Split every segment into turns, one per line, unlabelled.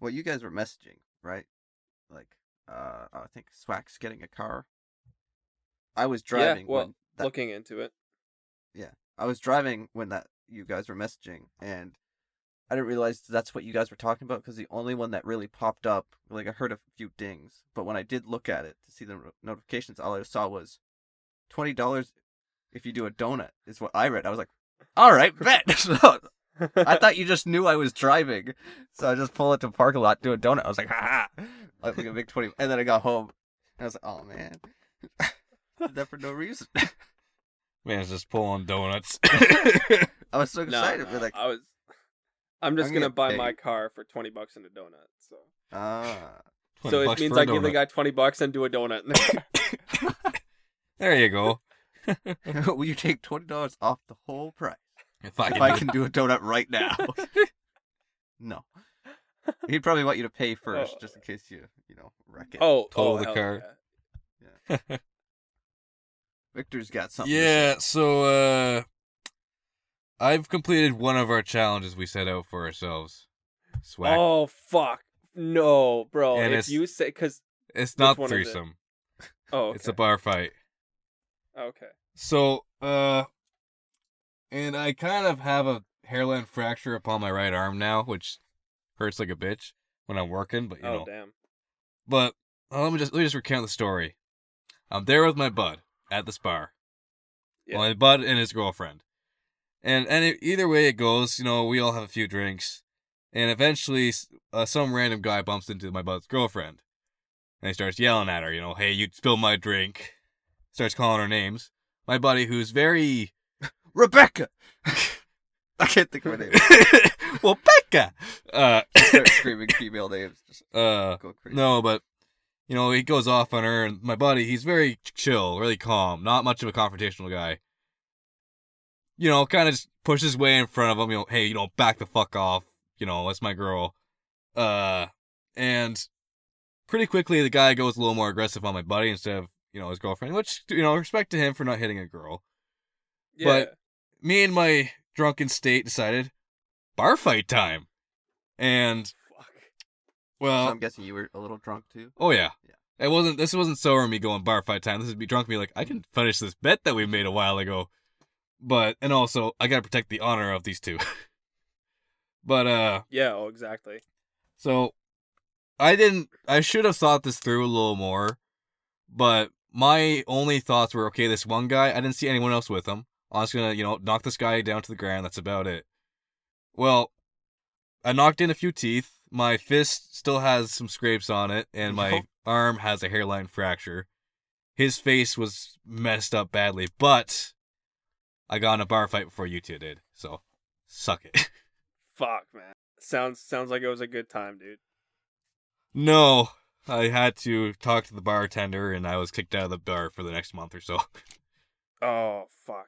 well, you guys were messaging, right? Like, uh, I think Swack's getting a car. I was driving.
yeah, well,
when that,
looking into it.
I was driving when that you guys were messaging, and I didn't realize that's what you guys were talking about because the only one that really popped up, like I heard a few dings, but when I did look at it to see the ro- notifications, all I saw was twenty dollars if you do a donut is what I read. I was like, all right, bet. So, I thought you just knew I was driving, so I just pull it to park a lot, do a donut. I was like, ha! ha." Like, like a big twenty, and then I got home, and I was like, oh man, did that for no reason.
Man's just pulling donuts.
I was so
No,
excited.
no,
We're like,
I was. I'm just
I'm
gonna,
gonna
buy
pay.
my car for twenty bucks and a donut. So,
ah.
so it
bucks
means
for a
I give the
donut.
guy twenty bucks and do a donut. in the car.
There you go.
Will you take twenty dollars off the whole price
If I
if
can,
I can do a donut right now? no, he'd probably want you to pay first,
Oh.
just in case you, you know, wreck it.
oh,
Total
oh,
the
hell
car.
yeah.
Victor's got something. to say.
yeah, so uh I've completed one of our challenges we set out for ourselves. Swag.
Oh fuck, no, bro.
And
if
it's-
you say because
it's not
one is it?
threesome.
oh, okay. oh,
It's a bar fight.
okay.
So, uh, and I kind of have a hairline fracture upon my right arm now, which hurts like a bitch when I'm working. But you
oh
know,
damn.
but uh, let me just let me just recount the story. I'm there with my bud at this bar.
Yeah.
Well, my bud and his girlfriend, and and it- either way it goes, you know, we all have a few drinks, and eventually s- uh, some random guy bumps into my bud's girlfriend, and he starts yelling at her, you know, hey, you spilled my drink, starts calling her names. My buddy, who's very
Rebecca. I can't think of her name.
well, Becca. Uh,
Start screaming female names. Just
uh,
go crazy.
no, but you know he goes off on her, and my buddy, he's very ch- chill, really calm, not much of a confrontational guy. You know, kind of just pushes his way in front of him. You know, hey, you know, back the fuck off. You know, that's my girl. Uh, and pretty quickly the guy goes a little more aggressive on my buddy instead of you know his girlfriend, which you know respect to him for not hitting a girl
Yeah.
but- me and my drunken state decided bar fight time. And
fuck.
So
well,
I'm guessing you were a little drunk too.
oh yeah.
Yeah.
It wasn't this wasn't sober me going bar fight time. This would be drunk me like I can finish this bet that we made a while ago. But and also I got to protect the honor of these two. but uh
Yeah. Oh, exactly.
so I didn't I should have thought this through a little more, but my only thoughts were okay, this one guy, I didn't see anyone else with him. I'm just gonna, you know, knock this guy down to the ground, that's about it. Well, I knocked in a few teeth, my fist still has some scrapes on it, and my
Nope.
arm has a hairline fracture. His face was messed up badly, but I got in a bar fight before you two did, so suck it.
Fuck, man. Sounds sounds like it was a good time, dude.
No, I had to talk to the bartender, and I was kicked out of the bar for the next month or so.
Oh fuck.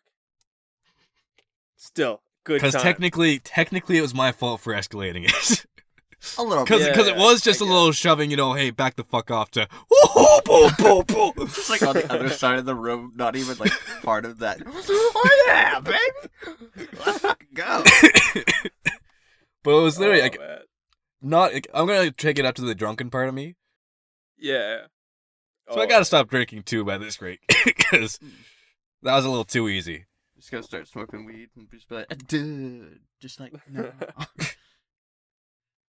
Still good time.
Because technically, technically, it was my fault for escalating it.
A little
Because
bit.
Oh, Yeah,
it was just
I
a
get it.
little shoving, you know, hey, back the fuck off to. Whoa, boom, boom, boom.
Just like on the other side of the room, not even like part of that. oh yeah, baby. Let's fucking go.
but it was literally
Oh,
like
man.
not. Like, I'm gonna take it up to the drunken part of me.
Yeah.
So I
Oh,
gotta stop drinking too by this rate because that was a little too easy.
Just gonna start smoking weed and just be like, "Uh, dude, just like no.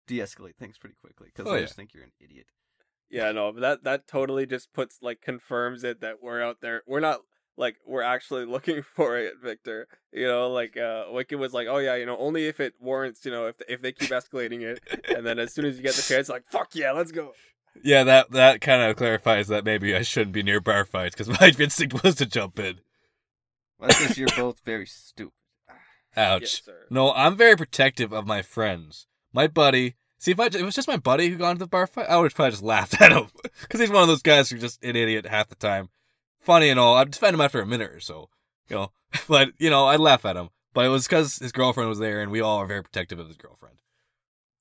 De-escalate things pretty quickly because
Oh,
I
yeah.
just think you're an idiot.
Yeah, no, but that that totally just puts like confirms it that we're out there. We're not like we're actually looking for it, Victor. You know, like uh Wicked was like, "Oh yeah, you know, only if it warrants, you know, if if they keep escalating it." And then as soon as you get the chance, like, "Fuck yeah, let's go."
Yeah, that that kind of clarifies that maybe I shouldn't be near bar fights because my instinct was to jump in.
Well, that's because you're both very stupid.
Ouch.
Yes, sir.
No, I'm very protective of my friends. My buddy. See, if, I, if it was just my buddy who got into the bar fight, I would have probably just laughed at him. Because he's one of those guys who's just an idiot half the time. Funny and all. I'd defend him after a minute or so. You know, but, you know, I'd laugh at him. But it was because his girlfriend was there and we all are very protective of his girlfriend.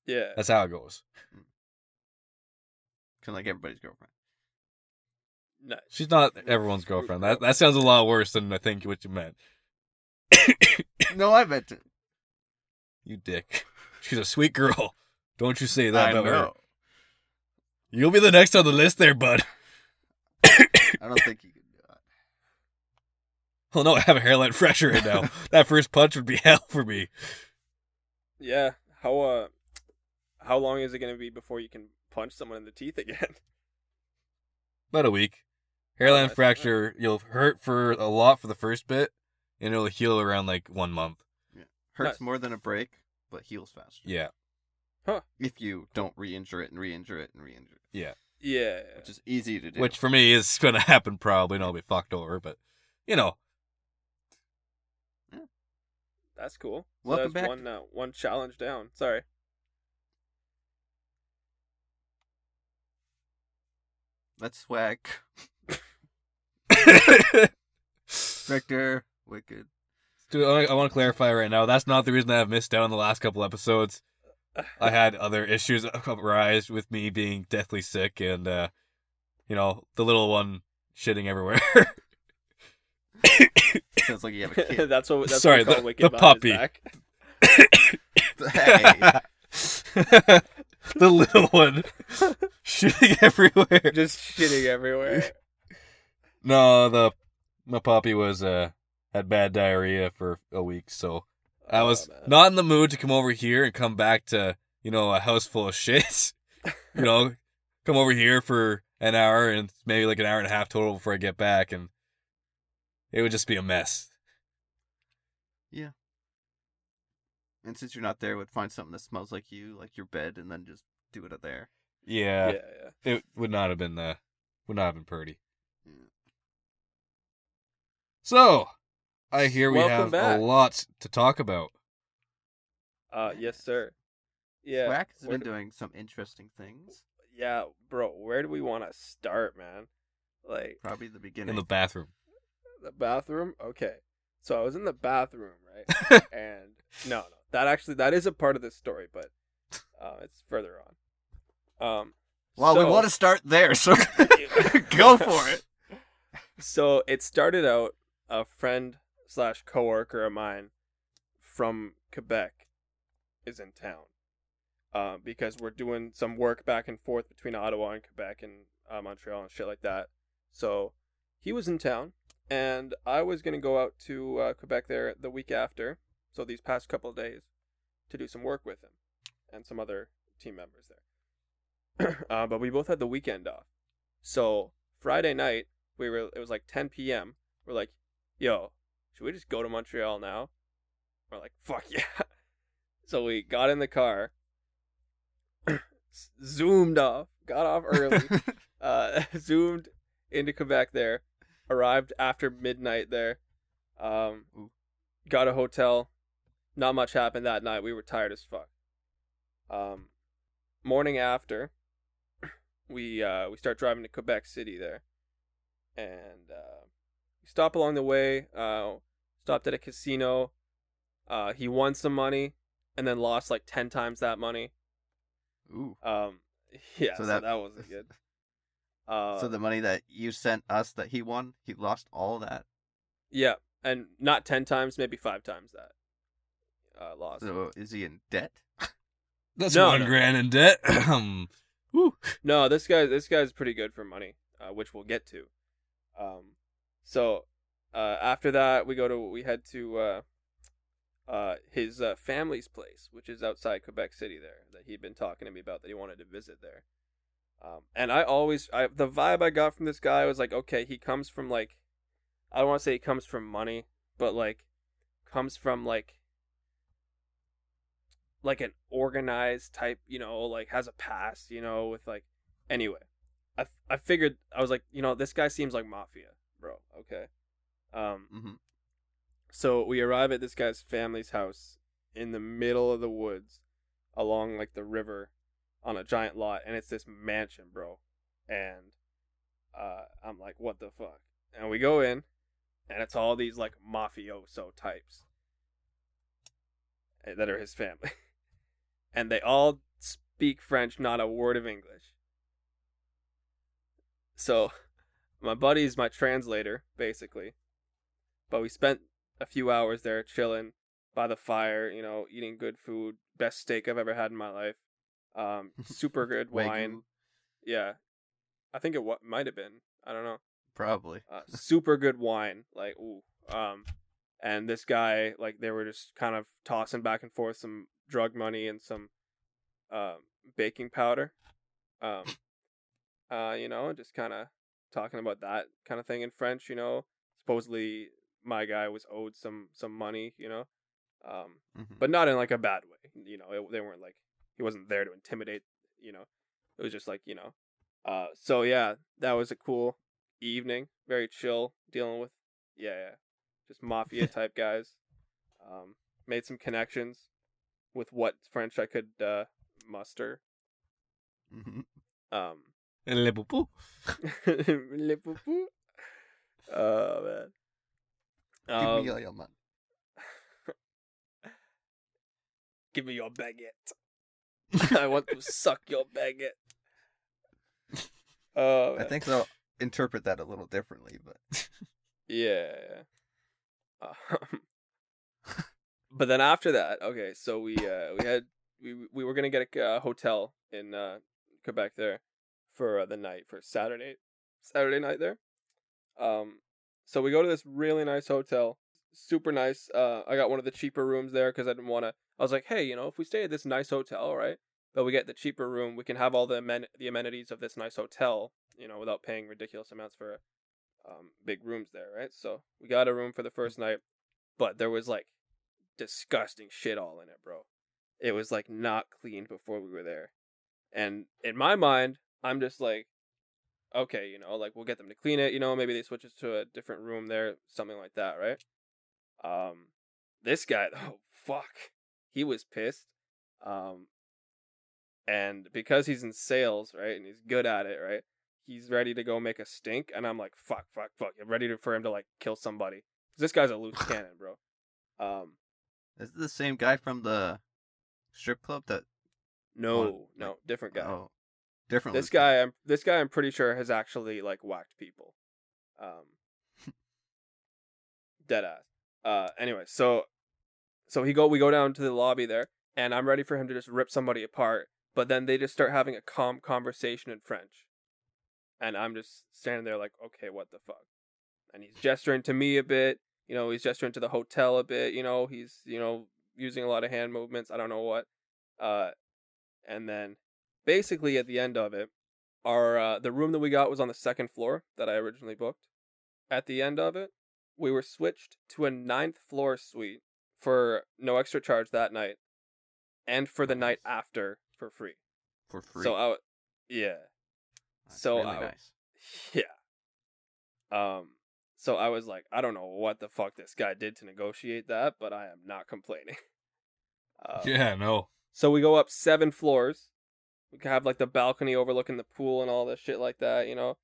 Yeah.
That's how it goes.
Kind of like everybody's girlfriend.
Nice.
She's not everyone's girlfriend. That, that sounds a lot worse than I think what you meant.
no, I meant it.
You dick. She's a sweet girl. Don't you say that.
I
about her.
know.
You'll be the next on the list there, bud.
I don't think you can do that.
Oh no, I have a hairline fresher right now. that first punch would be hell for me.
Yeah. How uh how long is it gonna be before you can punch someone in the teeth again?
About a week.
Oh,
Hairline
that's-
fracture, you'll hurt for a lot for the first bit, and it'll heal around like one month.
Hurts
Nice.
more than a break, but heals faster.
Yeah.
If you don't re-injure it and re-injure it and re-injure it,
Yeah.
which is easy to do.
Which for me is gonna happen probably, and I'll be fucked over, but you know.
That's cool. So
Welcome
that's
back.
one uh, one challenge down. Sorry.
that's swag. Victor, wicked.
Dude, I, I want to clarify right now. That's not the reason I've missed out on the last couple episodes. I had other issues arise with me being deathly sick and, uh, you know, the little one shitting everywhere.
Sounds like you have a kid.
that's what that's
Sorry,
what we
the-
call
the
Wicked behind his
puppy.
back.
hey,
the little one shitting everywhere.
Just shitting everywhere.
No, the my puppy was uh had bad diarrhea for a week, so I
Oh,
was
man.
not in the mood to come over here and come back to you know a house full of shit. you know, come over here for an hour and maybe like an hour and a half total before I get back, and it would just be a mess.
and since you're not there, would find something that smells like you, like your bed, and then just do it there.
Yeah,
yeah, yeah.
it would not have been uh would not have been pretty.
Yeah.
So, I hear we
Welcome
have
back.
a lot to talk about.
Uh, yes, sir. Yeah,
Swag has
Where
been
do-
doing some interesting things.
yeah, bro. Where do we want to start, man? Like
Probably the beginning.
in the bathroom.
the bathroom. Okay, so I was in the bathroom, right? and no, no, that actually that is a part of this story, but uh, it's further on. Um,
Well, we
so-
want to start there, so go for it.
so it started out a friend slash coworker of mine from Quebec is in town uh, because we're doing some work back and forth between Ottawa and Quebec and uh, Montreal and shit like that. So he was in town, and I was gonna go out to uh, Quebec there the week after, so these past couple of days, to do some work with him and some other team members there. uh, but we both had the weekend off, so Friday night we were it was like 10 p.m. We're like, yo, should we just go to Montreal now? We're like, fuck yeah. So we got in the car, zoomed off, got off early, uh, zoomed into Quebec there, arrived after midnight there, um,
Ooh.
got a hotel. Not much happened that night. We were tired as fuck. Um, morning after, we uh, we start driving to Quebec City there, and uh, we stop along the way. Uh, stopped at a casino. Uh, he won some money, and then lost like ten times that money.
Ooh.
Um, yeah, so
So
that,
that-
wasn't good. Uh,
so the money that you sent us that he won, he lost all that.
yeah, and not ten times, maybe five times that. Uh, loss.
So is he in debt?
That's
No,
one
no.
grand in debt. Ahem. Woo.
No, this guy, this guy's pretty good for money, uh, which we'll get to. Um, so uh, after that, we go to we head to uh, uh, his uh, family's place, which is outside Quebec City. There, that he'd been talking to me about that he wanted to visit there. Um, and I always, I the vibe I got from this guy was like, okay, he comes from like, I don't want to say he comes from money, but like, comes from like like an organized type, you know, like has a past, you know, with like anyway. I I figured I was like, you know, this guy seems like mafia, bro. Okay. Um
hmm
so we arrive at this guy's family's house in the middle of the woods along like the river on a giant lot and it's this mansion, bro. And uh I'm like, what the fuck? And we go in and it's all these like mafioso types eh, that are his family. And they all speak French, not a word of English. So my buddy's my translator, basically. But we spent a few hours there chilling by the fire, you know, eating good food, best steak I've ever had in my life. Um, super good wine.
Wagyu,
Yeah, I think it w- might have been. I don't know.
probably.
Uh, super good wine. Like, ooh. Um, and this guy, like, they were just kind of tossing back and forth some drug money and some um, baking powder. Um, uh, you know, just kind of talking about that kind of thing in French. You know, supposedly my guy was owed some some money. You know, um,
Mhm.
but not in like a bad way. You know, it, they weren't like he wasn't there to intimidate. You know, it was just like you know. Uh, so yeah, that was a cool evening. Very chill, dealing with yeah, yeah just mafia type guys. Um, made some connections with what French I could uh, muster.
Mhm.
Um,
Le poupou.
Le poupou. Oh man.
Give
Um,
me all your money.
give me your baguette. I want to suck your baguette. Oh,
I
man.
think they'll interpret that a little differently, but
Yeah. Um, but then after that, okay, so we uh, we had we we were gonna get a uh, hotel in uh, Quebec there for uh, the night for Saturday Saturday night there. Um, so we go to this really nice hotel, super nice. Uh, I got one of the cheaper rooms there because I didn't want to. I was like, hey, you know, if we stay at this nice hotel, right? But we get the cheaper room, we can have all the amen- the amenities of this nice hotel, you know, without paying ridiculous amounts for um, big rooms there, right? So we got a room for the first night, but there was like disgusting shit all in it, bro. It was like not clean before we were there. And in my mind, I'm just like, okay, you know, like we'll get them to clean it, you know, maybe they switch us to a different room there, something like that, right? Um, this guy, oh fuck, he was pissed. Um, and because he's in sales, right, and he's good at it, right, he's ready to go make a stink, and I'm like, fuck, fuck, fuck, I'm ready to, for him to like kill somebody. 'Cause This guy's a loose cannon, bro. Um,
is it the same guy from the strip club that?
no,
Well,
no, different guy.
Oh, different.
This
Luke.
guy, I'm this guy, I'm pretty sure has actually like whacked people. Um, dead ass. Uh, anyway, so so he go we go down to the lobby there, and I'm ready for him to just rip somebody apart. But then they just start having a calm conversation in French, and I'm just standing there like, okay, what the fuck? And he's gesturing to me a bit, you know, he's gesturing to the hotel a bit, you know, he's you know using a lot of hand movements. I don't know what. Uh, and then basically at the end of it, our uh, the room that we got was on the second floor that I originally booked. At the end of it, we were switched to a ninth floor suite for no extra charge that night, and for the night after for free.
for free.
So I, w- yeah,
That's
so uh,
really
I-
nice.
yeah. Um. So I was like, I don't know what the fuck this guy did to negotiate that, but I am not complaining. Uh,
Yeah, no.
So we go up seven floors. We can have like the balcony overlooking the pool and all this shit like that, you know.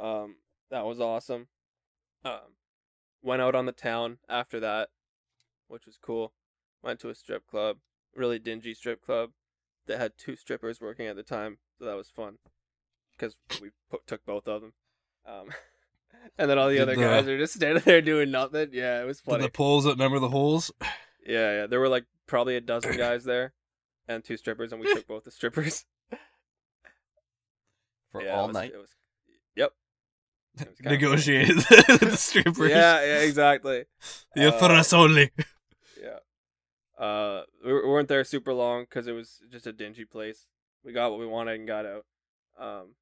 Um, that was awesome. Um, went out on the town after that, which was cool. Went to a strip club, really dingy strip club that had two strippers working at the time, so that was fun because we po- took both of them. Um, and then all the
Did
other
the-
guys are just standing there doing nothing. Yeah, it was
Did
funny.
the poles that remember the holes?
Yeah, yeah. There were like probably a dozen guys there and two strippers, and we took both the strippers.
For
Yeah, it
all
was-
night.
It was, yep. It was kinda cool.
Negotiated the strippers.
Yeah, yeah, exactly.
Yeah, for
Uh,
us only.
Yeah. Uh, we we weren't there super long because it was just a dingy place. We got what we wanted and got out. Um,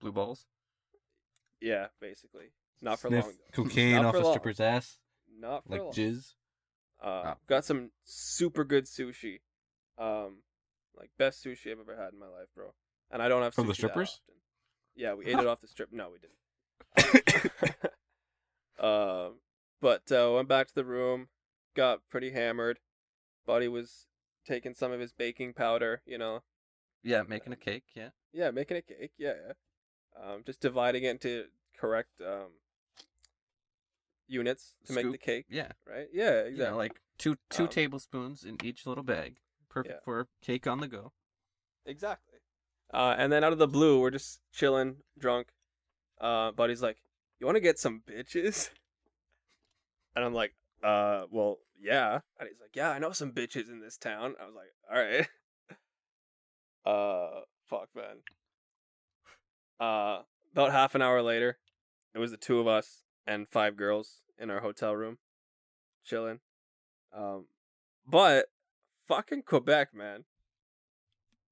Blue balls.
yeah, basically. Not for
Sniff
long. though.
cocaine
Not
off
for
a
long.
stripper's ass,
Not for
like
long.
jizz.
Uh,
Ah.
got some super good sushi. Um, like best sushi I've ever had in my life, bro. And I don't have
From
sushi
the
that
strippers?
often. Yeah, we ate it off the strip. No, we didn't. um, but uh, went back to the room, got pretty hammered. Buddy was taking some of his baking powder, you know,
Yeah, making a cake. Yeah.
yeah, making a cake. Yeah, yeah. Um, just dividing it into correct um units to make the
Scoop.
cake,
Yeah.
right? Yeah, exactly.
You know, like two two
Um,
tablespoons in each little bag. Perfect
Yeah.
for cake on the go.
Exactly. Uh, and then out of the blue, we're just chilling, drunk. Uh, buddy's like, "You want to get some bitches?" And I'm like, "Uh, well, yeah." And he's like, "Yeah, I know some bitches in this town." I was like, "All right." uh fuck man uh about half an hour later it was the two of us and five girls in our hotel room chilling um but fucking quebec man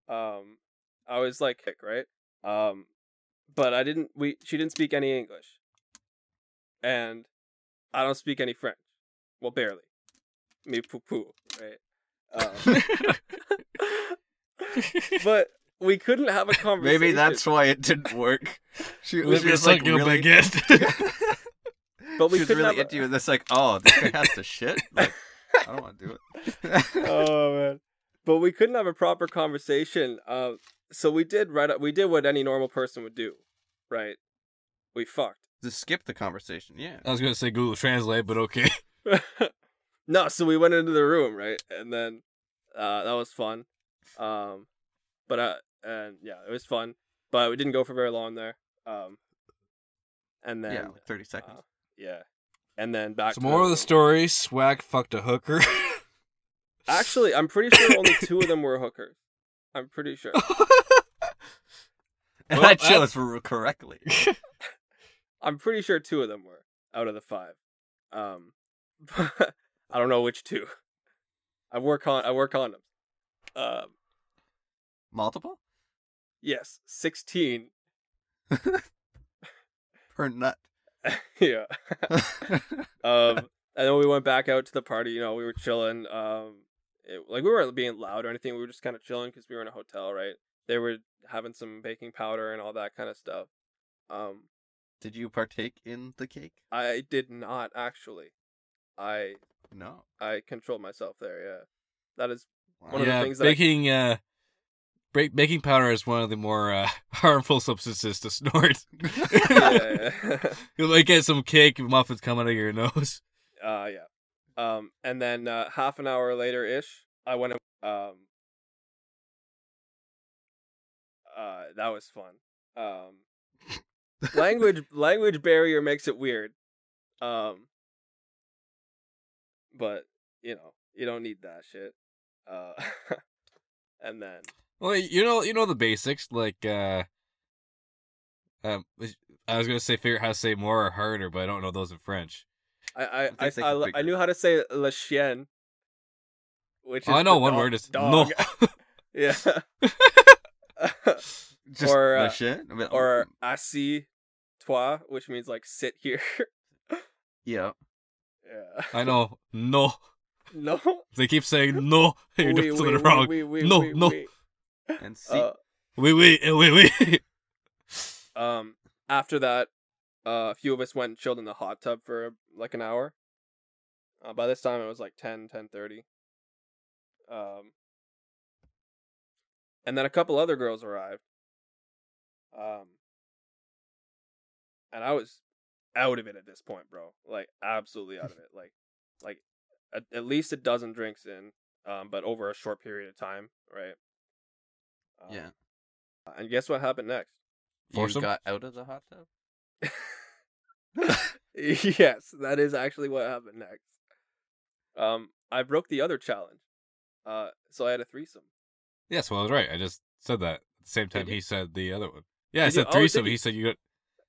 um i was like hick right um but i didn't we she didn't speak any english and i don't speak any french well barely me poo poo right um, but we couldn't have a conversation.
Maybe that's why it didn't work. She,
Let
she
me
was
suck
like
your
really,
baguette.
But we
she was
could
really
have a-
into you, and it's like, oh, this guy has to shit. Like, I don't want to do it.
oh man! But we couldn't have a proper conversation. Uh, so we did right. We did what any normal person would do, right? We fucked.
Just skip the conversation. Yeah.
I was gonna say Google Translate, but okay.
no, so we went into the room, right, and then uh, that was fun. Um, but uh, and yeah, it was fun. But we didn't go for very long there. Um, and then
yeah, like 30
uh,
seconds.
yeah, and then back.
So
to
more of the
room.
story: Swag fucked a hooker.
Actually, I'm pretty sure only two of them were hookers. I'm pretty sure.
and
well,
I chose
uh,
for correctly.
I'm pretty sure two of them were out of the five. Um, I don't know which two. I work on I work on them. Um,
Multiple?
yes, sixteen.
Per nut.
yeah. Um, and then we went back out to the party. You know, we were chilling. Um, it, like we weren't being loud or anything. We were just kind of chilling because we were in a hotel, right? They were having some baking powder and all that kind of stuff. Um,
Did you partake in the cake?
I did not actually. I
No.
I controlled myself there. Yeah, that is
Wow.
One of the
yeah,
things that I-
baking uh, break, baking powder is one of the more uh, harmful substances to snort.
yeah, yeah.
You might get some cake muffins coming out of your nose.
Uh, yeah. Um, and then uh, half an hour later ish, I went. And, um, uh, that was fun. Um, language language barrier makes it weird. Um, but you know you don't need that shit. Uh, and then
Well, you know, you know the basics like. Uh, um, I was gonna say figure out how to say more or harder, but I don't know those in French.
I I
I
I
think they
I,
can
I,
figure
knew
it
how to say le chien. Which
All I know
the
one
dog-
word is
dog.
no.
yeah.
Just
or,
the
uh,
shit? I mean,
Oh.
or assis toi, which means like sit here.
yeah.
yeah.
I know no.
No.
They keep saying no. You're
Oui,
doing
oui,
something
oui,
wrong.
oui, oui,
No,
oui,
no.
oui.
And see.
Uh,
Wait, wait, wait, wait.
um. After that, uh, a few of us went and chilled in the hot tub for like an hour. Uh, by this time, it was like 10, 10.30. Um. And then a couple other girls arrived. Um. And I was out of it at this point, bro. Like absolutely out of it. Like, like at, at least a dozen drinks in, um, but over a short period of time, right? Um,
yeah.
And guess what happened next?
You
Foursome?
got out of the hot tub?
yes, that is actually what happened next. Um, I broke the other challenge. Uh, so I had a threesome.
Yes, well, I was right. I just said that at the same time
Did you?
he said the other one. Yeah, I
Did you?
said
Oh,
threesome.
did you?
He said you got.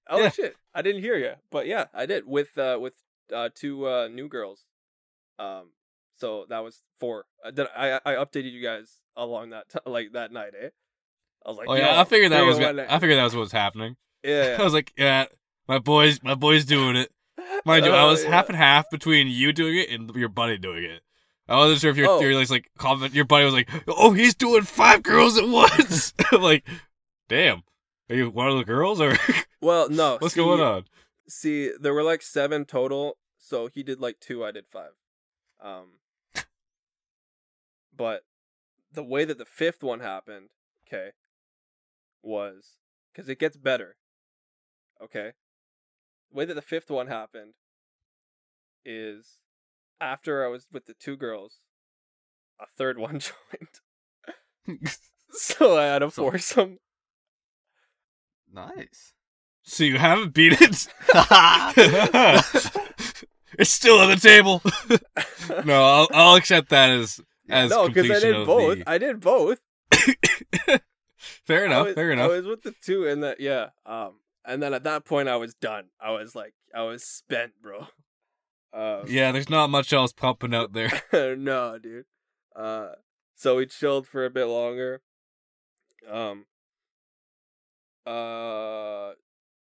Oh
Yeah.
shit! I didn't hear you, but yeah, I did with uh with uh two uh new girls. Um, so that was four. I did, I I updated you guys along that t- like that night, eh? I was like,
Oh yeah,
"Yo,
I figured that was.
three oh one
go-
night."
I figured that was what was happening. I
yeah.
was like, yeah, my boys, my boys doing it. Mind you, I
Oh,
was
yeah.
half and half between you doing it and your buddy doing it. I wasn't sure if your
Oh.
theory was like comment. Your buddy was like, "Oh, he's doing five girls at once." I'm like, "Damn, are you one of the girls or
Well, no.
what's
Oh, see-
going on?"
See, there were like seven total, so he did like two, I did five. Um But the way that the fifth one happened, okay, was because it gets better. Okay. The way that the fifth one happened is after I was with the two girls, a third one joined. So I had a
So-
foursome.
nice.
So you haven't beat it. it's still on the table. no, I'll, I'll accept that as as
no, because
completion
I did
of
both.
the-
I did both.
fair enough.
I was,
fair
I
enough.
was with the two, and that yeah. Um, and then at that point, I was done. I was like, I was spent, bro. Um,
Yeah, there's not much else popping out there.
no, dude. Uh, so we chilled for a bit longer. Um. Uh,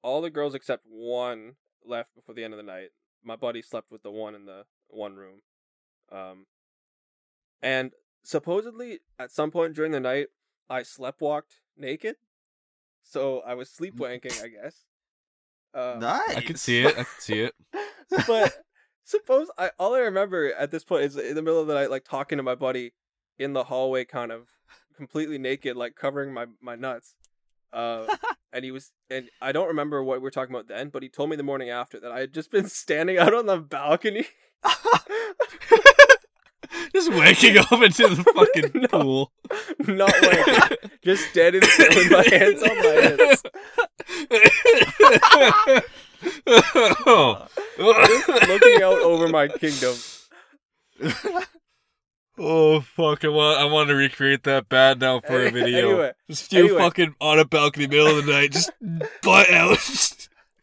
all the girls except one left before the end of the night. My buddy slept with the one in the one room. Um, and supposedly at some point during the night, I sleptwalked naked. So I was sleepwanking, I guess. Um,
nice.
I could see it. I could see it.
but suppose I all I remember at this point is in the middle of the night, like talking to my buddy in the hallway, kind of completely naked, like covering my my nuts. Uh, and he was, and I don't remember what we were talking about then, but he told me the morning after that I had just been standing out on the balcony.
Just waking up into the fucking
No.
pool.
Not like just dead in still with my hands on my hips.
oh.
Just looking out over my kingdom.
Oh, fuck! I want I want to recreate that bad now for a video.
Anyway,
just you
anyway.
fucking on a balcony middle of the night, just butt out.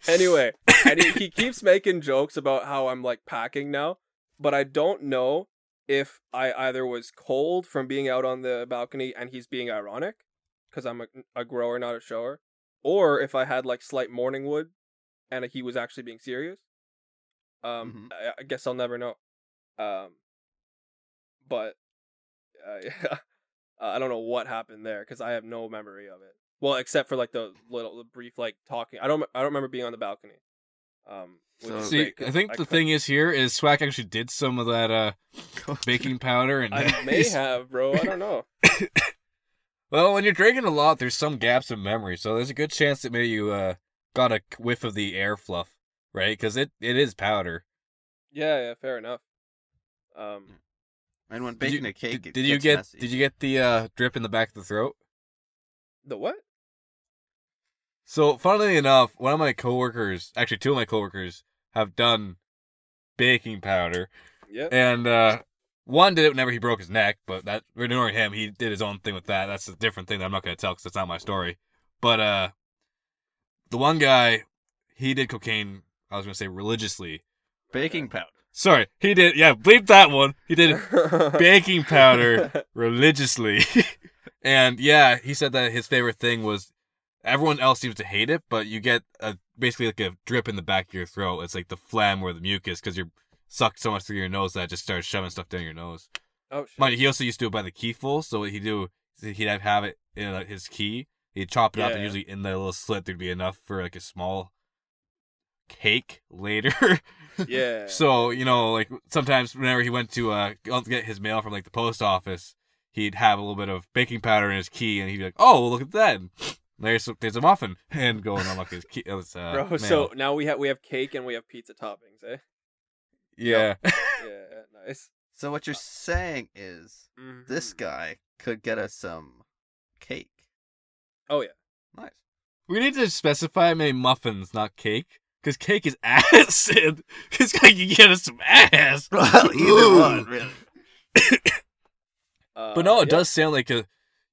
Anyway, and he, he keeps making jokes about how I'm like packing now, but I don't know if I either was cold from being out on the balcony and he's being ironic because I'm a, a grower, not a shower, or if I had like slight morning wood and he was actually being serious. Um, I, I guess I'll never know. Um, but uh, yeah, Uh, I don't know what happened there because I have no memory of it. Well, except for like the little the brief like talking. I don't I don't remember being on the balcony. Um, which
So-
is
See,
great 'cause
I think the
couldn't-
thing is here is Swack actually did some of that uh, baking powder, and
I may have, bro. I don't know.
well, when you're drinking a lot, there's some gaps in memory, so there's a good chance that maybe you uh, got a whiff of the air fluff, right? Because it, it is powder.
Yeah, yeah, fair enough. Um,
Mm.
and when
Did you-
baking a cake,
Did,
it
did you
gets
get
messy.
did you get the uh, drip in the back of the throat?
the what?
So, funnily enough, one of my coworkers, actually two of my coworkers, have done baking powder,
Yeah.
and uh, one did it whenever he broke his neck, but that we're ignoring him. He did his own thing with that. That's a different thing that I'm not going to tell because that's not my story. But uh, the one guy, he did cocaine. I was going to say religiously.
baking powder?
Sorry, he did. Yeah, bleep that one. He did baking powder religiously. and yeah, he said that his favorite thing was everyone else seems to hate it, but you get a basically like a drip in the back of your throat. It's like the phlegm or the mucus because you're sucked so much through your nose that it just starts shoving stuff down your nose.
oh shit.
Mind you, he also used to do it by the keyful, so what he'd do is he'd have, have it in like, his key. He'd chop it up, and
Yeah.
usually in the little slit there'd be enough for like a small cake later.
Yeah.
So you know, like sometimes whenever he went to uh go get his mail from like the post office, he'd have a little bit of baking powder in his key, and he'd be like, "Oh, well, look at that! There's there's a muffin," and go and unlock his key. His, uh,
bro.
mail.
So now we have we have cake and we have pizza toppings, eh?
yeah,
Yeah, nice.
So what you're saying is this
Mhm.
guy could get us some cake.
Oh yeah.
Nice.
we need to specify maybe muffins, not cake, because cake is ass. and this guy can get us some ass.
Well, either
Ooh.
one, really.
Uh,
But no, it
yeah. Oh.
does sound like a,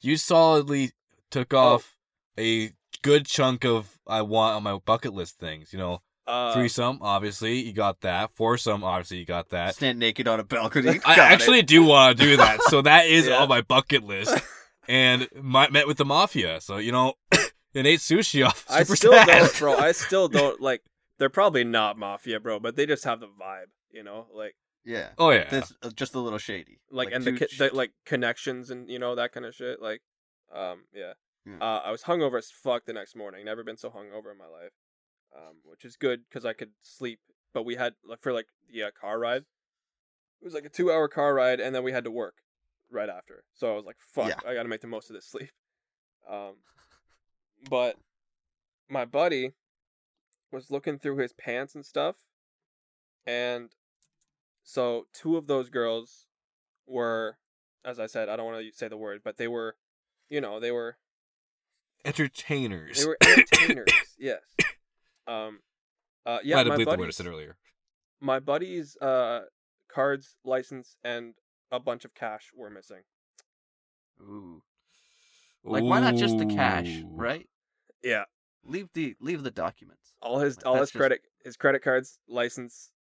you solidly took off a good chunk of I want on my bucket list things. You know,
Uh,
Threesome, obviously, you got that. Foursome, obviously, you got
Uh,
that.
Stand naked on a balcony.
I
Got it.
actually do want to do that, so that is
Yeah.
on my bucket list. And my, met with the mafia, so you know, and ate sushi off.
I
super
still
sad.
don't, bro. I still don't like. They're probably not mafia, bro, but they just have the vibe, you know, like
Yeah.
Oh yeah,
This uh, just a little shady.
like, and the,
too
ki-
sh-
the like connections and you know that kind of shit. Like, um, yeah.
Yeah.
Uh, I was hungover as fuck the next morning. Never been so hungover in my life, um, which is good because I could sleep. But we had like for like the uh, car ride, it was like a two-hour car ride, and then we had to work right after. So I was like, "Fuck,
Yeah.
I got to make the most of this sleep." Um, but my buddy was looking through his pants and stuff, and so two of those girls were, as I said, I don't want to say the word, but they were, you know, they were
entertainers.
they were entertainers. yes. Um. Uh. Yeah.
Might
my
have bleeped the word I
buddies-
said earlier.
my buddy's uh cards, license, and a bunch of cash were missing.
Ooh. Like, why not just the cash,
Ooh.
right?
Yeah.
Leave the leave the documents.
All his
Like,
all his
that's just-
credit his credit cards, license,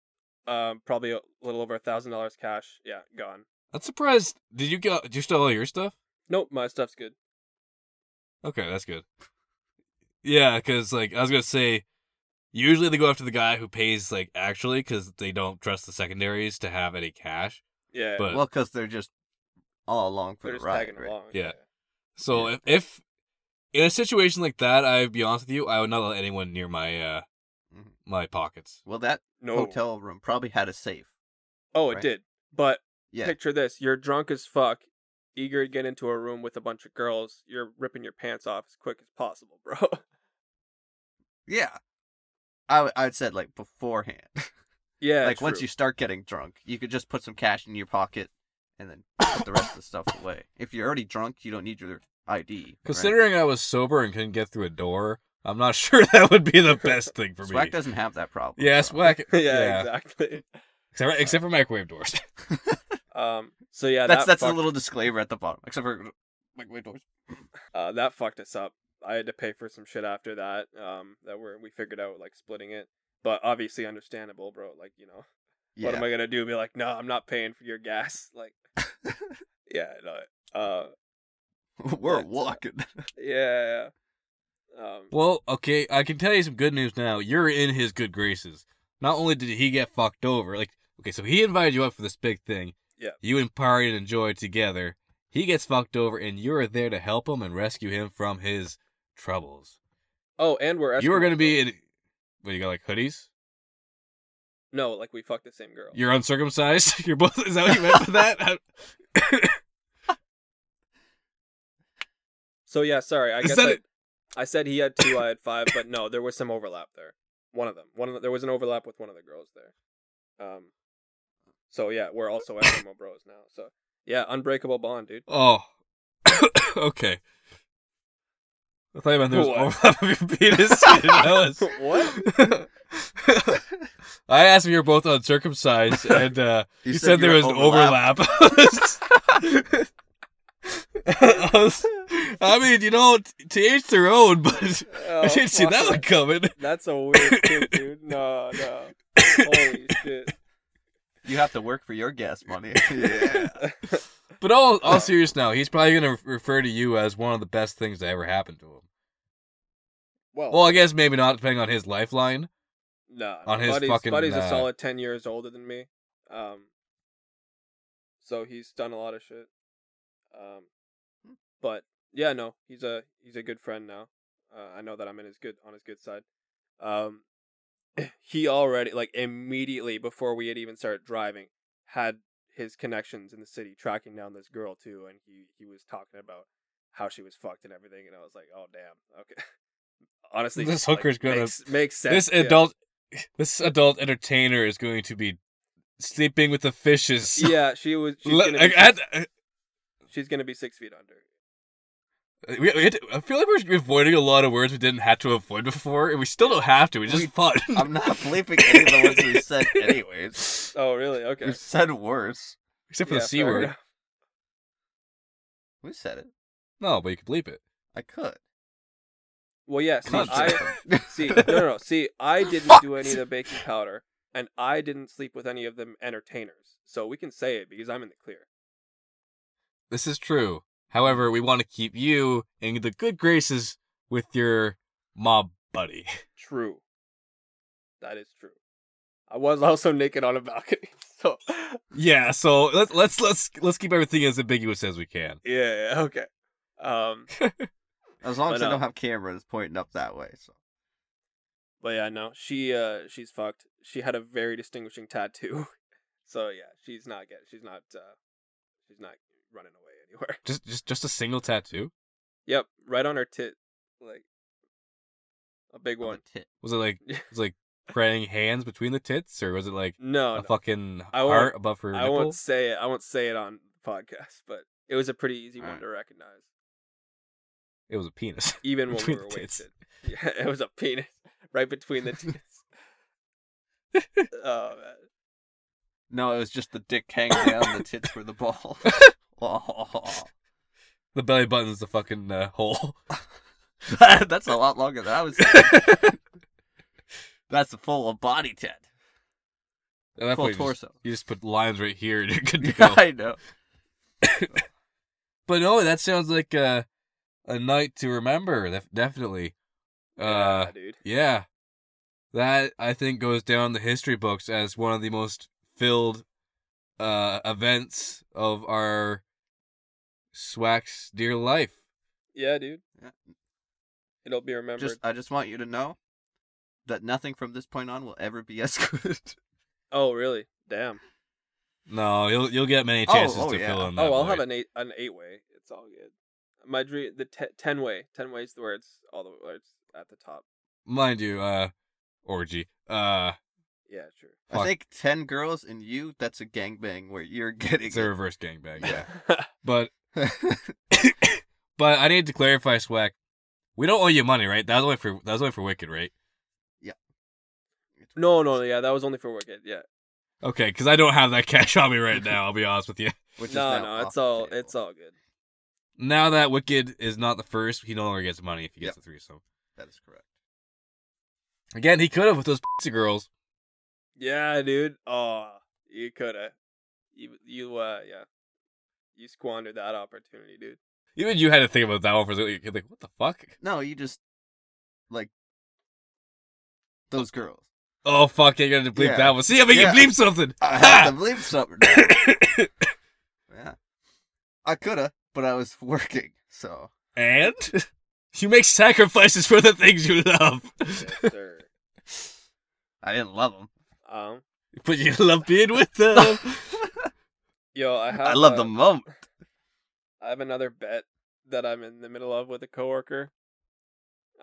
um, probably a little over a thousand dollars cash. Yeah, gone.
I'm surprised. Did you get? Did you steal all your stuff?
Nope, my stuff's good.
Okay, that's good. Yeah, because like I was gonna say, usually they go after the guy who pays like actually because they don't trust the secondaries to have any cash.
Yeah,
But
Well, because they're just all along for
they're
the
just
ride.
tagging
Right?
along.
Yeah. so if, if in a situation like that, I'd be honest with you, I would not let anyone near my uh
Mhm.
my pockets.
Well, that
No.
hotel room probably had a safe.
Oh, it
right?
did. But
Yeah.
picture this: you're drunk as fuck, eager to get into a room with a bunch of girls. You're ripping your pants off as quick as possible, bro.
Yeah. I w- I would said like beforehand.
yeah,
like once
true.
you start getting drunk, you could just put some cash in your pocket and then put the rest of the stuff away. If you're already drunk, you don't need your ID. right?
Considering I was sober and couldn't get through a door, I'm not sure that would be the best thing for
Swack
me.
doesn't have that problem.
Yeah,
so-
swack.
yeah,
yeah.
exactly.
Except, except for microwave doors.
Um, so yeah,
that's
that
that's
fucked,
a little disclaimer at the bottom, except for microwave doors.
uh, that fucked us up. I had to pay for some shit after that. Um, that we we figured out like splitting it, but obviously understandable, bro. Like you know, what am I gonna do? Be like, no, I'm not paying for your gas. Like, yeah, no, uh,
We're
But, uh,
walking.
yeah, yeah. um,
Well, okay, I can tell you some good news now. You're in his good graces. Not only did he get fucked over, like, okay, so he invited you up for this big thing.
Yeah.
You and Party and Enjoy together. He gets fucked over, and you're there to help him and rescue him from his troubles.
oh, and we're
you were
Eskimos,
going to be
though.
in. What, you got like hoodies?
no, like we fucked the same girl.
You're uncircumcised? You're both. Is that what you meant by that?
So yeah, sorry. I
Is
guess
that
I,
it?
I said he had two, I had five, but no, there was some overlap there. One of them. One of the, there was an overlap with one of the girls there. Um, so yeah, we're also Eskimo bros now. So yeah, unbreakable bond, dude.
Oh. okay. I thought you meant there was
What?
overlap of your penis. You know, it's-
What?
I asked if you were both uncircumcised, and uh, you, said, there
you're
was an overlap. I, was- I mean, you know, t- to each their own, but I
Oh,
didn't see that
fuck.
one coming.
That's a weird thing, dude. No, no. Holy shit.
You have to work for your gas money.
But all all serious now, he's probably gonna re- refer to you as one of the best things that ever happened to him.
Well,
Well, I guess maybe not, depending on his lifeline.
Nah,
on his
Buddy's,
fucking,
Buddy's
uh,
a solid ten years older than me, um, so he's done a lot of shit. Um,
Hmm.
but yeah, no, he's a he's a good friend now. Uh, I know that I'm in his good on his good side. Um, he already like immediately before we had even started driving had his connections in the city tracking down this girl too, and he he was talking about how she was fucked and everything, and I was like, oh damn, okay. Honestly,
This
like,
hooker's gonna-
makes, makes sense.
This
yeah.
adult, this adult entertainer is going to be sleeping with the fishes.
Yeah, she was. She's,
Le-
gonna
I- uh,
be,
I-
six-
I-
she's gonna be six feet under.
we- we had to- I feel like we're avoiding a lot of words we didn't have to avoid before, and we still don't have to. It's just
We-
fun.
I'm not believing any of the ones we said, anyways.
Oh, really? Okay.
We've said worse.
Except for
Yeah,
the c
fair
word.
enough.
We said it.
No, but you can bleep it.
I could.
Well, yeah. See,
Cunt.
I see. No, no, no. See, I didn't do any of the baking powder, and I didn't sleep with any of them entertainers. So we can say it because I'm in the clear.
This is true. However, we want to keep you in the good graces with your mob buddy.
True. That is true. I was also naked on a balcony. So
Yeah. So let's let's let's let's keep everything as ambiguous as we can.
yeah. yeah, Okay. Um.
As long
But,
as I
um,
uh,
don't have cameras pointing up that way. So
But yeah, no, she uh she's fucked. She had a very distinguishing tattoo, so yeah, she's not get she's not uh she's not running away anywhere.
Just just just a single tattoo.
Yep, right on her tit, like a big
on
one.
the tit.
Was it like
no,
was it like praying hands between the tits, or was it like a
no,
fucking
I won't-
heart above her
I
nipple?
won't say it. I won't say it on podcast, but it was a pretty easy one
Alright.
to recognize,
It was a penis.
even when we
Between
were
the tits.
wasted. Yeah, it was a penis right between the tits. oh man.
No, it was just the dick hanging down. The tits were the ball. oh,
The belly button's the fucking uh, hole.
That's a lot longer than I was. thinking. That's a full of body tent.
At
full
that point, you just-
torso.
you just put lines right here and you're good to go.
I know.
But no, that sounds like a a night to remember. def- Definitely. Uh,
yeah, dude.
yeah, that I think goes down the history books as one of the most filled uh, events of our Swack's dear life.
Yeah, dude.
Yeah.
It'll be remembered.
Just I just want you to know that nothing from this point on will ever be as good.
Oh, really? Damn.
No, you'll you'll get many chances
oh,
to
yeah.
fill in that.
Oh, I'll
void.
have an eight an eight way. It's all good. My dream, the te- ten way, ten ways where it's all the where it's at the top.
mind you, uh, orgy. Uh,
Yeah, sure.
I
Fuck.
think ten girls and you—that's a gangbang where you're getting.
it's a reverse gangbang. Yeah,
Yeah.
but
it.
but I need to clarify, Swack. We don't owe you money, right? That was only for that was only for Wicked, right?
no, no, yeah, that was only for Wicked. Yeah.
Okay, because I don't have that cash on me right now. I'll be honest with you.
Which
no,
is now
no,
off
it's
the
all
table.
it's all good.
Now that Wicked is not the first, he no longer gets money if he gets the threesome.
That is correct.
Again, he could have with those pussy girls.
Yeah, dude. Oh, you coulda, you you uh yeah, you squandered that opportunity, dude.
Even you had to think about that one for a second. You're like, what the fuck?
No, you just like those girls.
Oh fuck, you're gonna bleep
Yeah.
that one. See if I can
Yeah.
bleep something.
I had to
Ha!
believe something. yeah, I coulda, but I was working, so
and you make sacrifices for the things you love,
Yes, sir.
I didn't love them.
um,
but you love being with them.
yo, I have
I love
uh,
the moment.
I have another bet that I'm in the middle of with a coworker.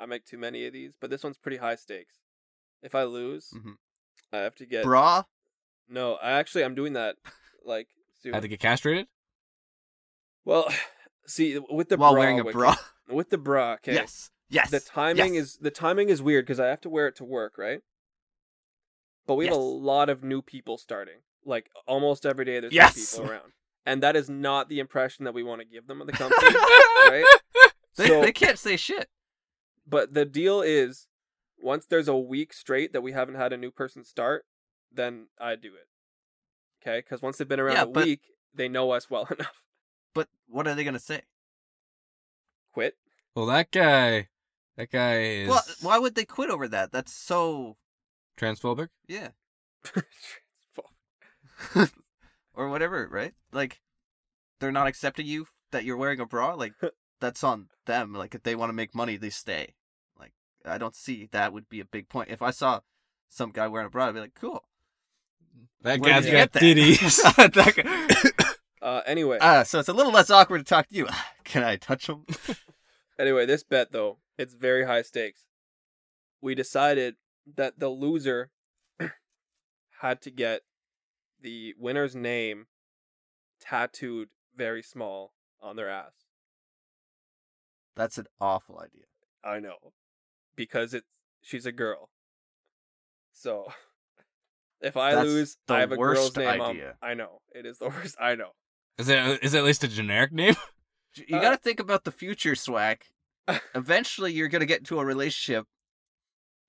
I make too many of these, but this one's pretty high stakes. If I lose,
Mhm.
I have to get
Bra,
no. I actually I'm doing that like soon.
I had to get castrated.
well, see with the
while
bra,
wearing a
Wicked-
bra.
with the bra. Okay,
Yes, yes.
the timing
yes.
is the timing is weird because I have to wear it to work, right? But we have a
Yes.
lot of new people starting. Like almost every day, there's
Yes.
new people around, and that is not the impression that we want to give them of the company, right?
They, they can't say shit.
But the deal is, once there's a week straight that we haven't had a new person start, then I do it. Okay, because once they've been around
Yeah,
a
but-
week, they know us well enough.
But what are they gonna say?
Quit.
Well, that guy, that guy is
Well, why would they quit over that? That's so
transphobic.
yeah, or whatever, right? Like they're not accepting you that you're wearing a bra. Like that's on them. Like if they want to make money, they stay. Like I don't see that would be a big point. If I saw some guy wearing a bra, I'd be like, cool.
That
Where
guy's
did you get
got
that?
ditties.
That guy-
Uh, anyway,
uh, so it's a little less awkward to talk to you. Can I touch them?
Anyway, this bet though, it's very high stakes. We decided that the loser had to get the winner's name tattooed very small on their ass.
That's an awful idea.
I know. Because it's she's a girl. So if I
That's
lose,
the
I have a girl's
worst
name on-
idea.
I know. It is the worst I know.
is it is it at least a generic name?
You
Uh,
got to think about the future, Swack. Eventually, you're going to get into a relationship,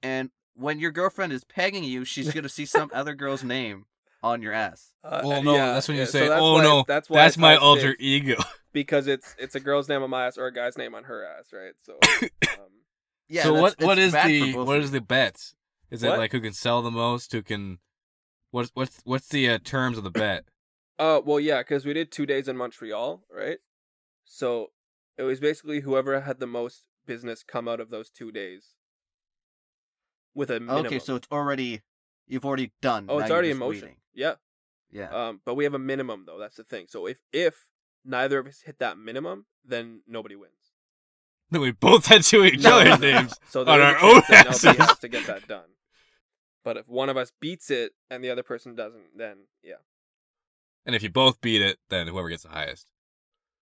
and when your girlfriend is pegging you, she's going to see some other girl's name on your ass.
Uh,
Well, no,
yeah,
that's when you
yeah, so
say,
that's
"Oh,
why
no,
it's- that's why
That's
it's
my
high
alter e"
stakes.
ego.
because it's it's a girl's name on my ass or a guy's name on her ass, right? So, um,
Yeah.
so
that's-
what
it's
what is
bad for
the
both
what
of
is
you.
the bet? Is it
What?
like who can sell the most? Who can what's what's what's the uh, terms of the bet?
uh, well, yeah, because we did two days in Montreal, right? So it was basically whoever had the most business come out of those two days with a minimum.
Okay, so it's already you've already done.
oh,
now
it's
you're
already in
just
motion.
waiting.
Yeah,
Yeah.
um, but we have a minimum though. That's the thing. So if if neither of us hit that minimum, then nobody wins.
Then we both tattoo each
No.
other's names.
So
On
there's a
our own
chance that nobody
asses.
has to get that done. But if one of us beats it and the other person doesn't, then yeah.
And if you both beat it, then whoever gets the highest.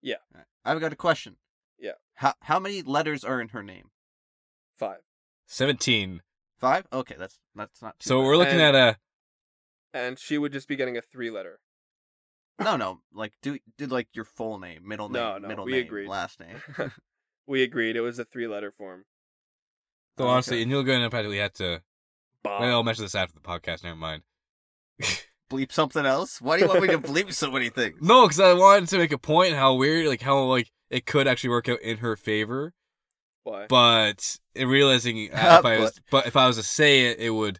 Alright. I've got a question.
Yeah.
How how many letters are in her name?
Five.
Seventeen.
Five. Okay, that's that's not. Too
So
bad.
we're looking uh,
And-
at a
And she would just be getting a three letter.
No, no. Like do do like your full name, middle name,
No, no,
middle
we
name,
agreed.
last name.
we agreed. It was a three letter form.
So
Okay. Uh.
honestly, and you're gonna probably have to.
Bob.
Well, I'll mention this after the podcast. Never mind.
bleep something else? Why do you want me to bleep so many things?
No, because I wanted to make a point how weird, like how like it could actually work out in her favor,
Why?
but in realizing uh, if I was, but if I was to say it, it would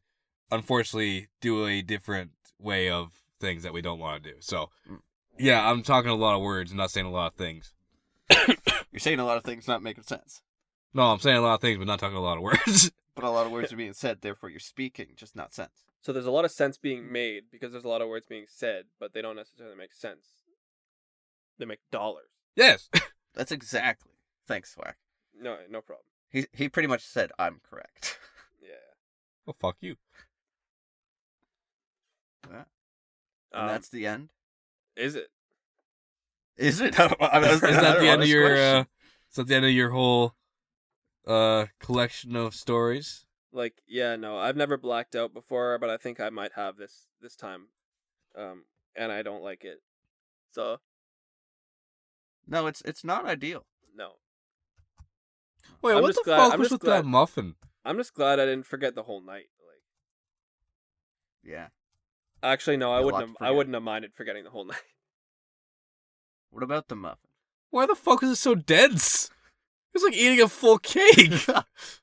unfortunately do a different way of things that we don't want to do. So,
Mm.
yeah, I'm talking a lot of words and not saying a lot of things.
You're saying a lot of things not making sense,
No, I'm saying a lot of things, but not talking a lot of words.
but a lot of words are being said. Therefore, you're speaking, just not sense.
So there's a lot of sense being made because there's a lot of words being said, but they don't necessarily make sense. They make dollars.
yes.
That's exactly. Thanks, Swack.
No, no problem.
He he pretty much said I'm correct.
Yeah.
Well, Oh, fuck you.
And
Um,
that's the end.
is it?
Is it? I don't- I don't-
Is that
another
the end of
honest
your? Uh,
question.
is that the end of your whole uh collection of stories?
Like, yeah, no, I've never blacked out before, but I think I might have this this time, um, and I don't like it. So
No, it's it's not ideal.
no,
Wait,
I'm
what
just
the
glad-
fuck
I'm
was
just
with
glad-
that muffin?
I'm just glad I didn't forget the whole night. Like,
Yeah.
actually, no, I
Got a lot
wouldn't. Have,
to
I
forget.
wouldn't have minded forgetting the whole night.
What about the muffin?
Why the fuck is it so dense? It's like eating a full cake. I'm, tr-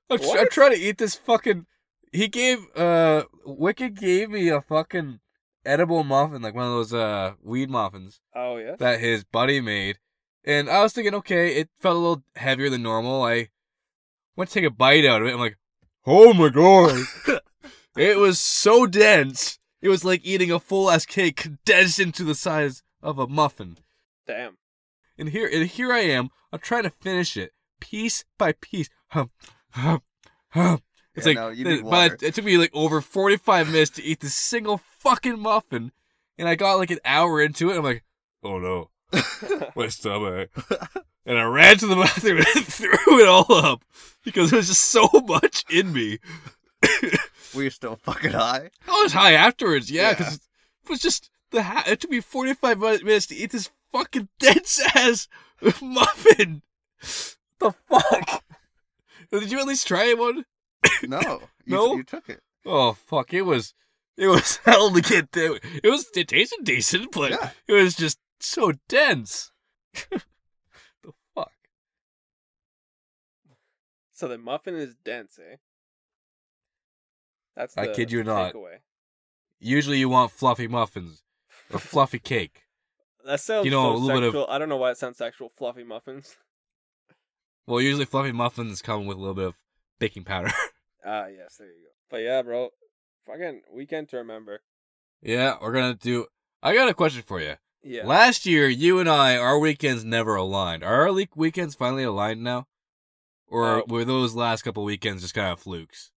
I'm
What?
trying to eat this fucking. He gave uh Wicked gave me a fucking edible muffin, like one of those uh weed muffins
Oh yeah.
that his buddy made, and I was thinking, okay, it felt a little heavier than normal. I went to take a bite out of it. I'm like, oh my god, it was so dense. It was like eating a full ass cake condensed into the size of a muffin.
Damn.
And here and here I am. I'm trying to finish it piece by piece. Hum, hum, hum. It's
Yeah,
like,
no, you
th-
need
but
water.
it, took me like over 45 minutes to eat this single fucking muffin, and I got like an hour into it. I'm like, oh no, my stomach. and I ran to the bathroom and threw it all up because there was just so much in me.
Were you still fucking high?
I was Oh, high afterwards,
Yeah.
yeah, because it was just the ha- it took me 45 mi- minutes to eat this fucking dense ass muffin. The fuck? Did you at least try one?
No. You,
No?
You took it.
Oh fuck! It was it was hell to get through. It was it tasted decent, but
Yeah.
it was just so dense. the fuck?
So the muffin is dense, eh? That's. The
I kid you not.
Takeaway.
Usually you want fluffy muffins or fluffy cake.
That sounds
You know, a
so
little bit of-
sexual. I don't know why it sounds sexual. Fluffy muffins.
Well, usually fluffy muffins come with a little bit of baking powder.
Ah, yes, there you go. But yeah, bro, fucking weekend to remember.
yeah, we're gonna do. I got a question for you.
Yeah,
Last year, you and I, our weekends never aligned. Are our le- weekends finally aligned now?
Uh,
Or were those last couple weekends just kind of flukes?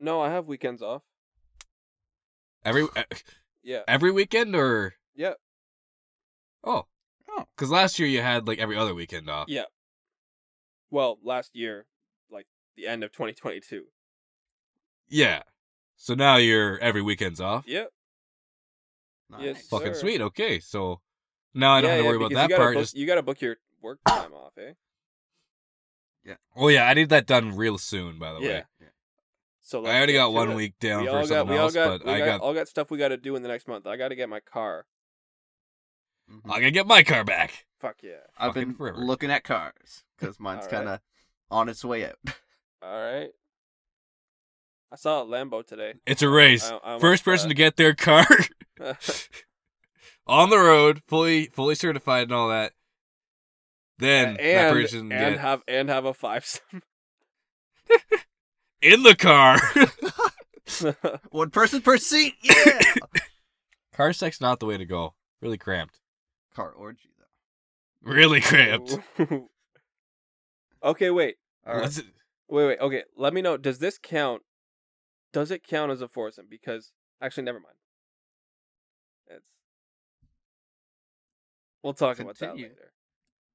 no, I have weekends off.
Every e,
Yeah,
every weekend or
yeah,
oh.
Oh.
Cuz last year you had like every other weekend off.
yeah. Well, last year, like the end of 2022.
Oh, Yeah. So now you're every weekend's off.
Yeah,
Nice.
Yes.
Fucking
sir.
sweet. Okay. So now I don't
yeah,
have to
yeah,
worry
because
about
you
that
gotta
part.
Book,
Just
You gotta book your work time off, eh?
Oh yeah, I need that done real soon by the
yeah.
way.
Yeah.
So
I already
let's get
got
to
one
it.
week down
we
for
all got,
something
we all
else,
got,
but
we
I
got,
got
all got stuff we gotta do in the next month. I gotta get my car.
Mhm.
I got to get my car back.
Fuck yeah!
I've
fucking
been
forever.
looking at cars because mine's
Alright.
kind of on its way out.
All right. I saw a Lambo today.
It's a race.
I- I'm
First
up for
person
that.
to get their car on the road, fully fully certified and all that. Then
and
that person
and
get
have and have a fivesome.
in the car.
One person per seat. Yeah.
car sex not the way to go. Really cramped.
Car orgy though.
Really cramped.
Ooh. okay, wait,
All right.
What's it-
wait, wait. Okay, let me know. Does this count? Does it count as a foursome? Because actually, never mind. It's. We'll talk about that
Continue.
later.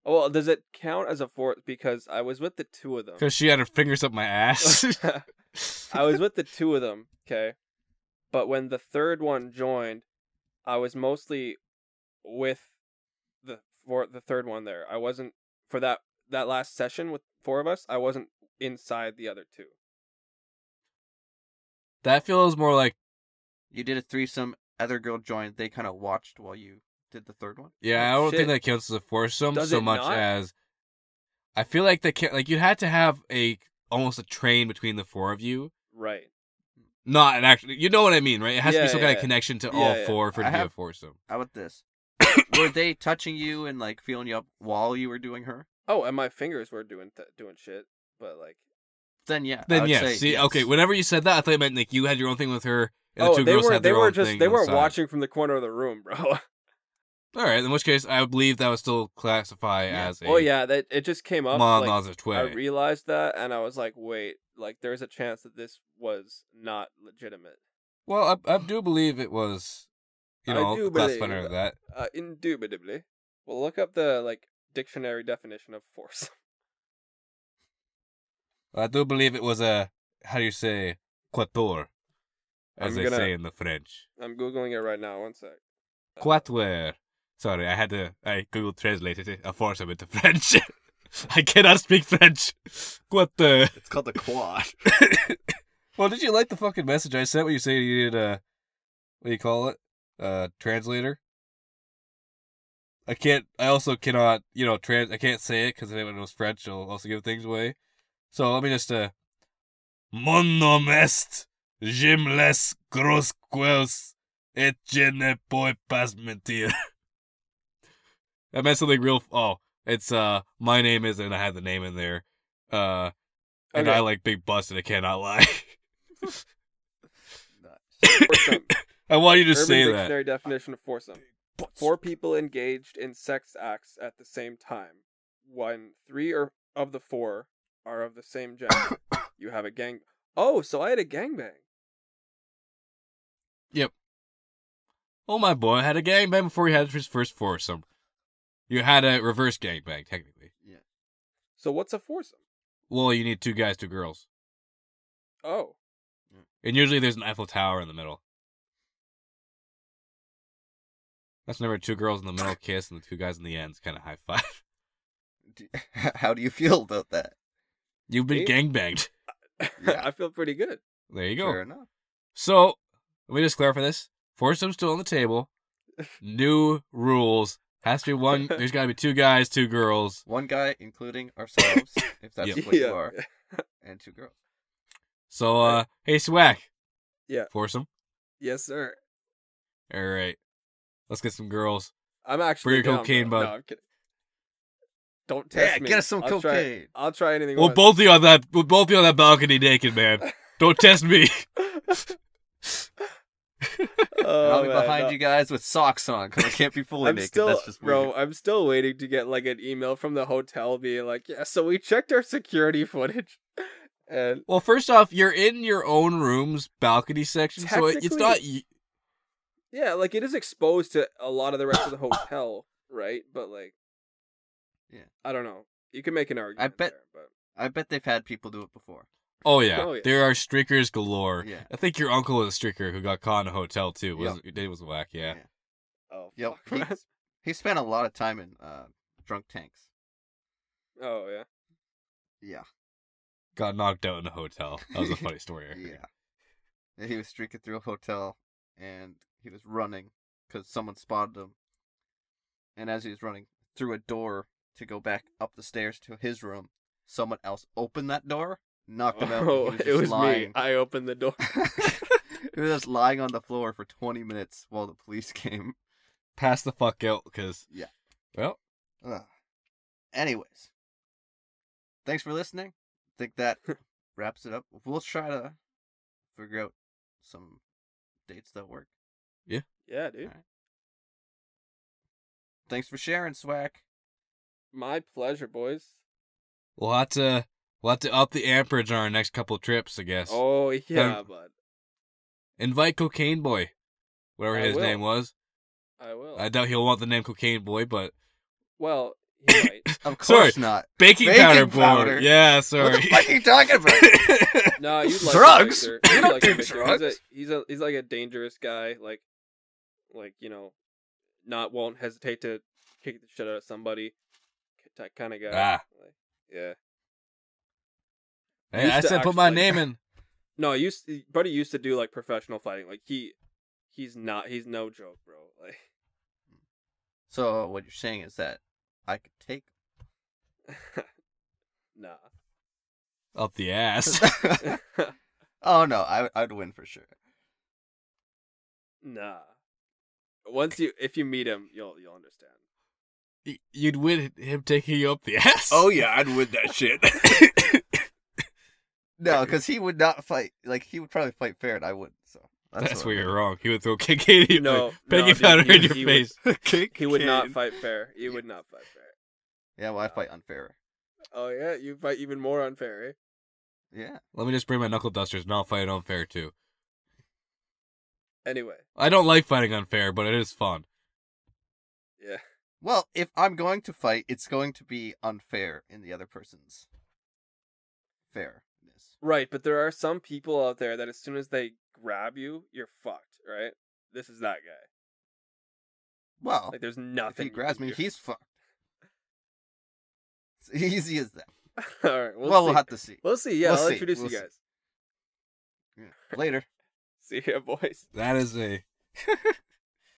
Oh, well, does it count as a four? Because I was with the two of them.
Cause she had her fingers up my ass.
I was with the two of them, okay? But when the third one joined, I was mostly with the for the third one there. I wasn't for that that last session with four of us. I wasn't inside the other two.
That feels more like
You did a threesome. Other girl joined. They kind of watched while you did the third one.
yeah. I
Oh,
don't
shit.
think that counts as a foursome
Does
so
it
much
not?
as I feel like they can like you had to have a almost a train between the four of you.
Right.
Not an actually, you know what I mean, right? It has to
Yeah,
be some kind
yeah.
of connection to
Yeah,
all
yeah.
four for it
I
to be a
have-
foursome.
How about this? were they touching you and like feeling you up while you were doing her?
Oh, and my fingers were doing th- doing shit, but like
Then yeah. I
Then
would
yes,
say
see,
yes.
okay. Whenever you said that, I thought it meant like you had your own thing with her, and the
oh,
two
they
girls
were
had
they
their
were
own
just
thing
they
on the
weren't
side.
watching from the corner of the room, bro.
All right, in which case I believe that would still classify
Yeah.
as a
oh yeah, that it just came up.
mom
like,
loves her twin.
I realized that, and I was like, wait, like there's a chance that this was not legitimate.
well, I, I do believe it was, you
I
know,
do
classified
believe
under that.
Uh, indubitably. Well, look up the like dictionary definition of force.
I do believe it was a how do you say quator, as
I'm
they
gonna-
say in the French.
I'm googling it right now. One sec. Uh,
Quatuor. Sorry, I had to. I Google translated it. A foursome into French. I cannot speak French. Quatuor.
It's called the quad.
well, did you like the fucking message I sent? When you say you needed a, what do you call it? A translator. I can't. I also cannot. You know, trans. I can't say it because if anyone knows French, it'll also give things away. So let me just. uh Mon nom est Jim les gros quels et je ne peux pas mentir. I meant something real. Oh, it's uh, my name is, and I had the name in there. Uh, and
Okay.
I like big butts and I cannot lie.
Nice.
Foursome.
I want you to
Urban
say that.
dictionary definition of foursome. Four people engaged in sex acts at the same time. When three or of the four are of the same gender, you have a gang. Oh, so I had a gangbang.
Oh my boy, had a gangbang before he had his first foursome. You had a reverse gangbang, technically.
So what's a foursome?
Well, you need two guys, two girls.
Oh,
And usually there's an Eiffel Tower in the middle. That's never two girls in the middle kiss and the two guys in the end. It's kind of high five.
Do- How do you feel about that?
You've been
Eh?
gangbanged.
Yeah.
I feel pretty good.
There you go.
Fair enough.
So, let me just clarify this. Foursome's still on the table. New rules. Has to be one. There's got to be two guys, two girls.
One guy, including ourselves, if that's
Yep.
what you are, and two girls.
So, uh, hey, Swack.
Yeah.
Foursome.
Yes, sir.
All right. Let's get some girls.
I'm actually
your
down,
cocaine,
bro.
bud.
No, I'm kidding. Don't test
Yeah,
me.
get us some
I'll Try,
cocaine.
I'll try anything.
We'll
once.
both be on that. We'll both be on that balcony naked, man. Don't test me.
Oh,
and I'll be
man,
behind
no.
you guys with socks on because I can't be fully
I'm
naked.
still,
That's just
bro.
weird.
I'm still waiting to get like an email from the hotel being like, "Yeah, so we checked our security footage, and
Well, first off, you're in your own room's balcony section, so it, it's
Technically-
not. y-
yeah, like it is exposed to a lot of the rest of the hotel, right? But like,
Yeah.
I don't know. You can make an argument.
bet-
there, but
I bet they've had people do it before.
Oh yeah.
Oh, yeah.
there are streakers galore.
Yeah.
I think your uncle was a streaker who got caught in a hotel too. Was it was whack? Yeah.
Yeah.
oh,
Yep.
fuck,
He,
man.
he spent a lot of time in uh, drunk tanks.
oh yeah.
Yeah.
got knocked out in a hotel. That was a funny story. I heard.
Yeah. And he was streaking through a hotel and he was running because someone spotted him. And as he was running through a door to go back up the stairs to his room, someone else opened that door, knocked him out. and he
Oh,
was
it
just
was
lying.
me. I opened the door.
he was just lying on the floor for 20 minutes while the police came.
Pass the fuck out, cause
Yeah.
Well,
Ugh. Anyways, thanks for listening. I think that wraps it up. We'll try to figure out some dates that work.
Yeah, dude.
Thanks for sharing, Swack.
My pleasure, boys.
we'll have to we'll have to up the amperage on our next couple trips, I guess.
Oh yeah,
Um,
bud.
Invite Cocaine Boy, whatever
I
his
will. Oh.
name was.
I will.
I doubt he'll want the name Cocaine Boy, but
Well, he might.
Of
Sorry.
course not.
baking,
Baking
powder, boy.
powder.
Yeah,
What the
sorry.
fuck are you talking about?
No, you'd like
Drugs?
Victor.
You
You'd
don't
like
do
Victor.
drugs.
He's a, he's a he's like a dangerous guy. Like, like you know, not won't hesitate to kick the shit out of somebody. That kind of guy.
Ah.
Like, yeah.
Hey,
Used
I
to
said put my
actually-
name in.
No, I used to, buddy used to do like professional fighting. Like he, he's not. He's no joke, bro. Like
So what you're saying is that I could take.
nah.
Up the ass.
oh no, I I'd win for sure.
nah. Once you if you meet him, you'll you'll understand.
Y- You'd win him taking you up the ass.
yeah, I'd win that shit.
No, because he would not fight. Like he would probably fight fair, and I wouldn't. So
That's, where
I
you're wrong. He would throw kick at you.
No, no,
like, Peggy
dude,
powder
he-
in your
he would-
face.
Kick
He would not
can.
fight fair. He would not fight fair.
Yeah, well, I fight unfair.
Oh yeah, you fight even more unfair. Eh?
Yeah.
Let me just bring my knuckle dusters and I'll fight it unfair too.
Anyway,
I don't like fighting unfair, but it is fun.
yeah.
Well, if I'm going to fight, it's going to be unfair in the other person's fairness.
Right, but there are some people out there that as soon as they grab you, you're fucked, right? This is that guy.
Well,
Like there's
Oh, if
nothing.
he
you
grabs
can
me,
do.
he's fucked. It's easy as that.
All right. We'll,
Well,
see.
we'll have to see.
We'll see. Yeah,
we'll
I'll
see,
introduce
we'll
you
see.
guys.
Yeah. Later.
See ya, boys.
That is a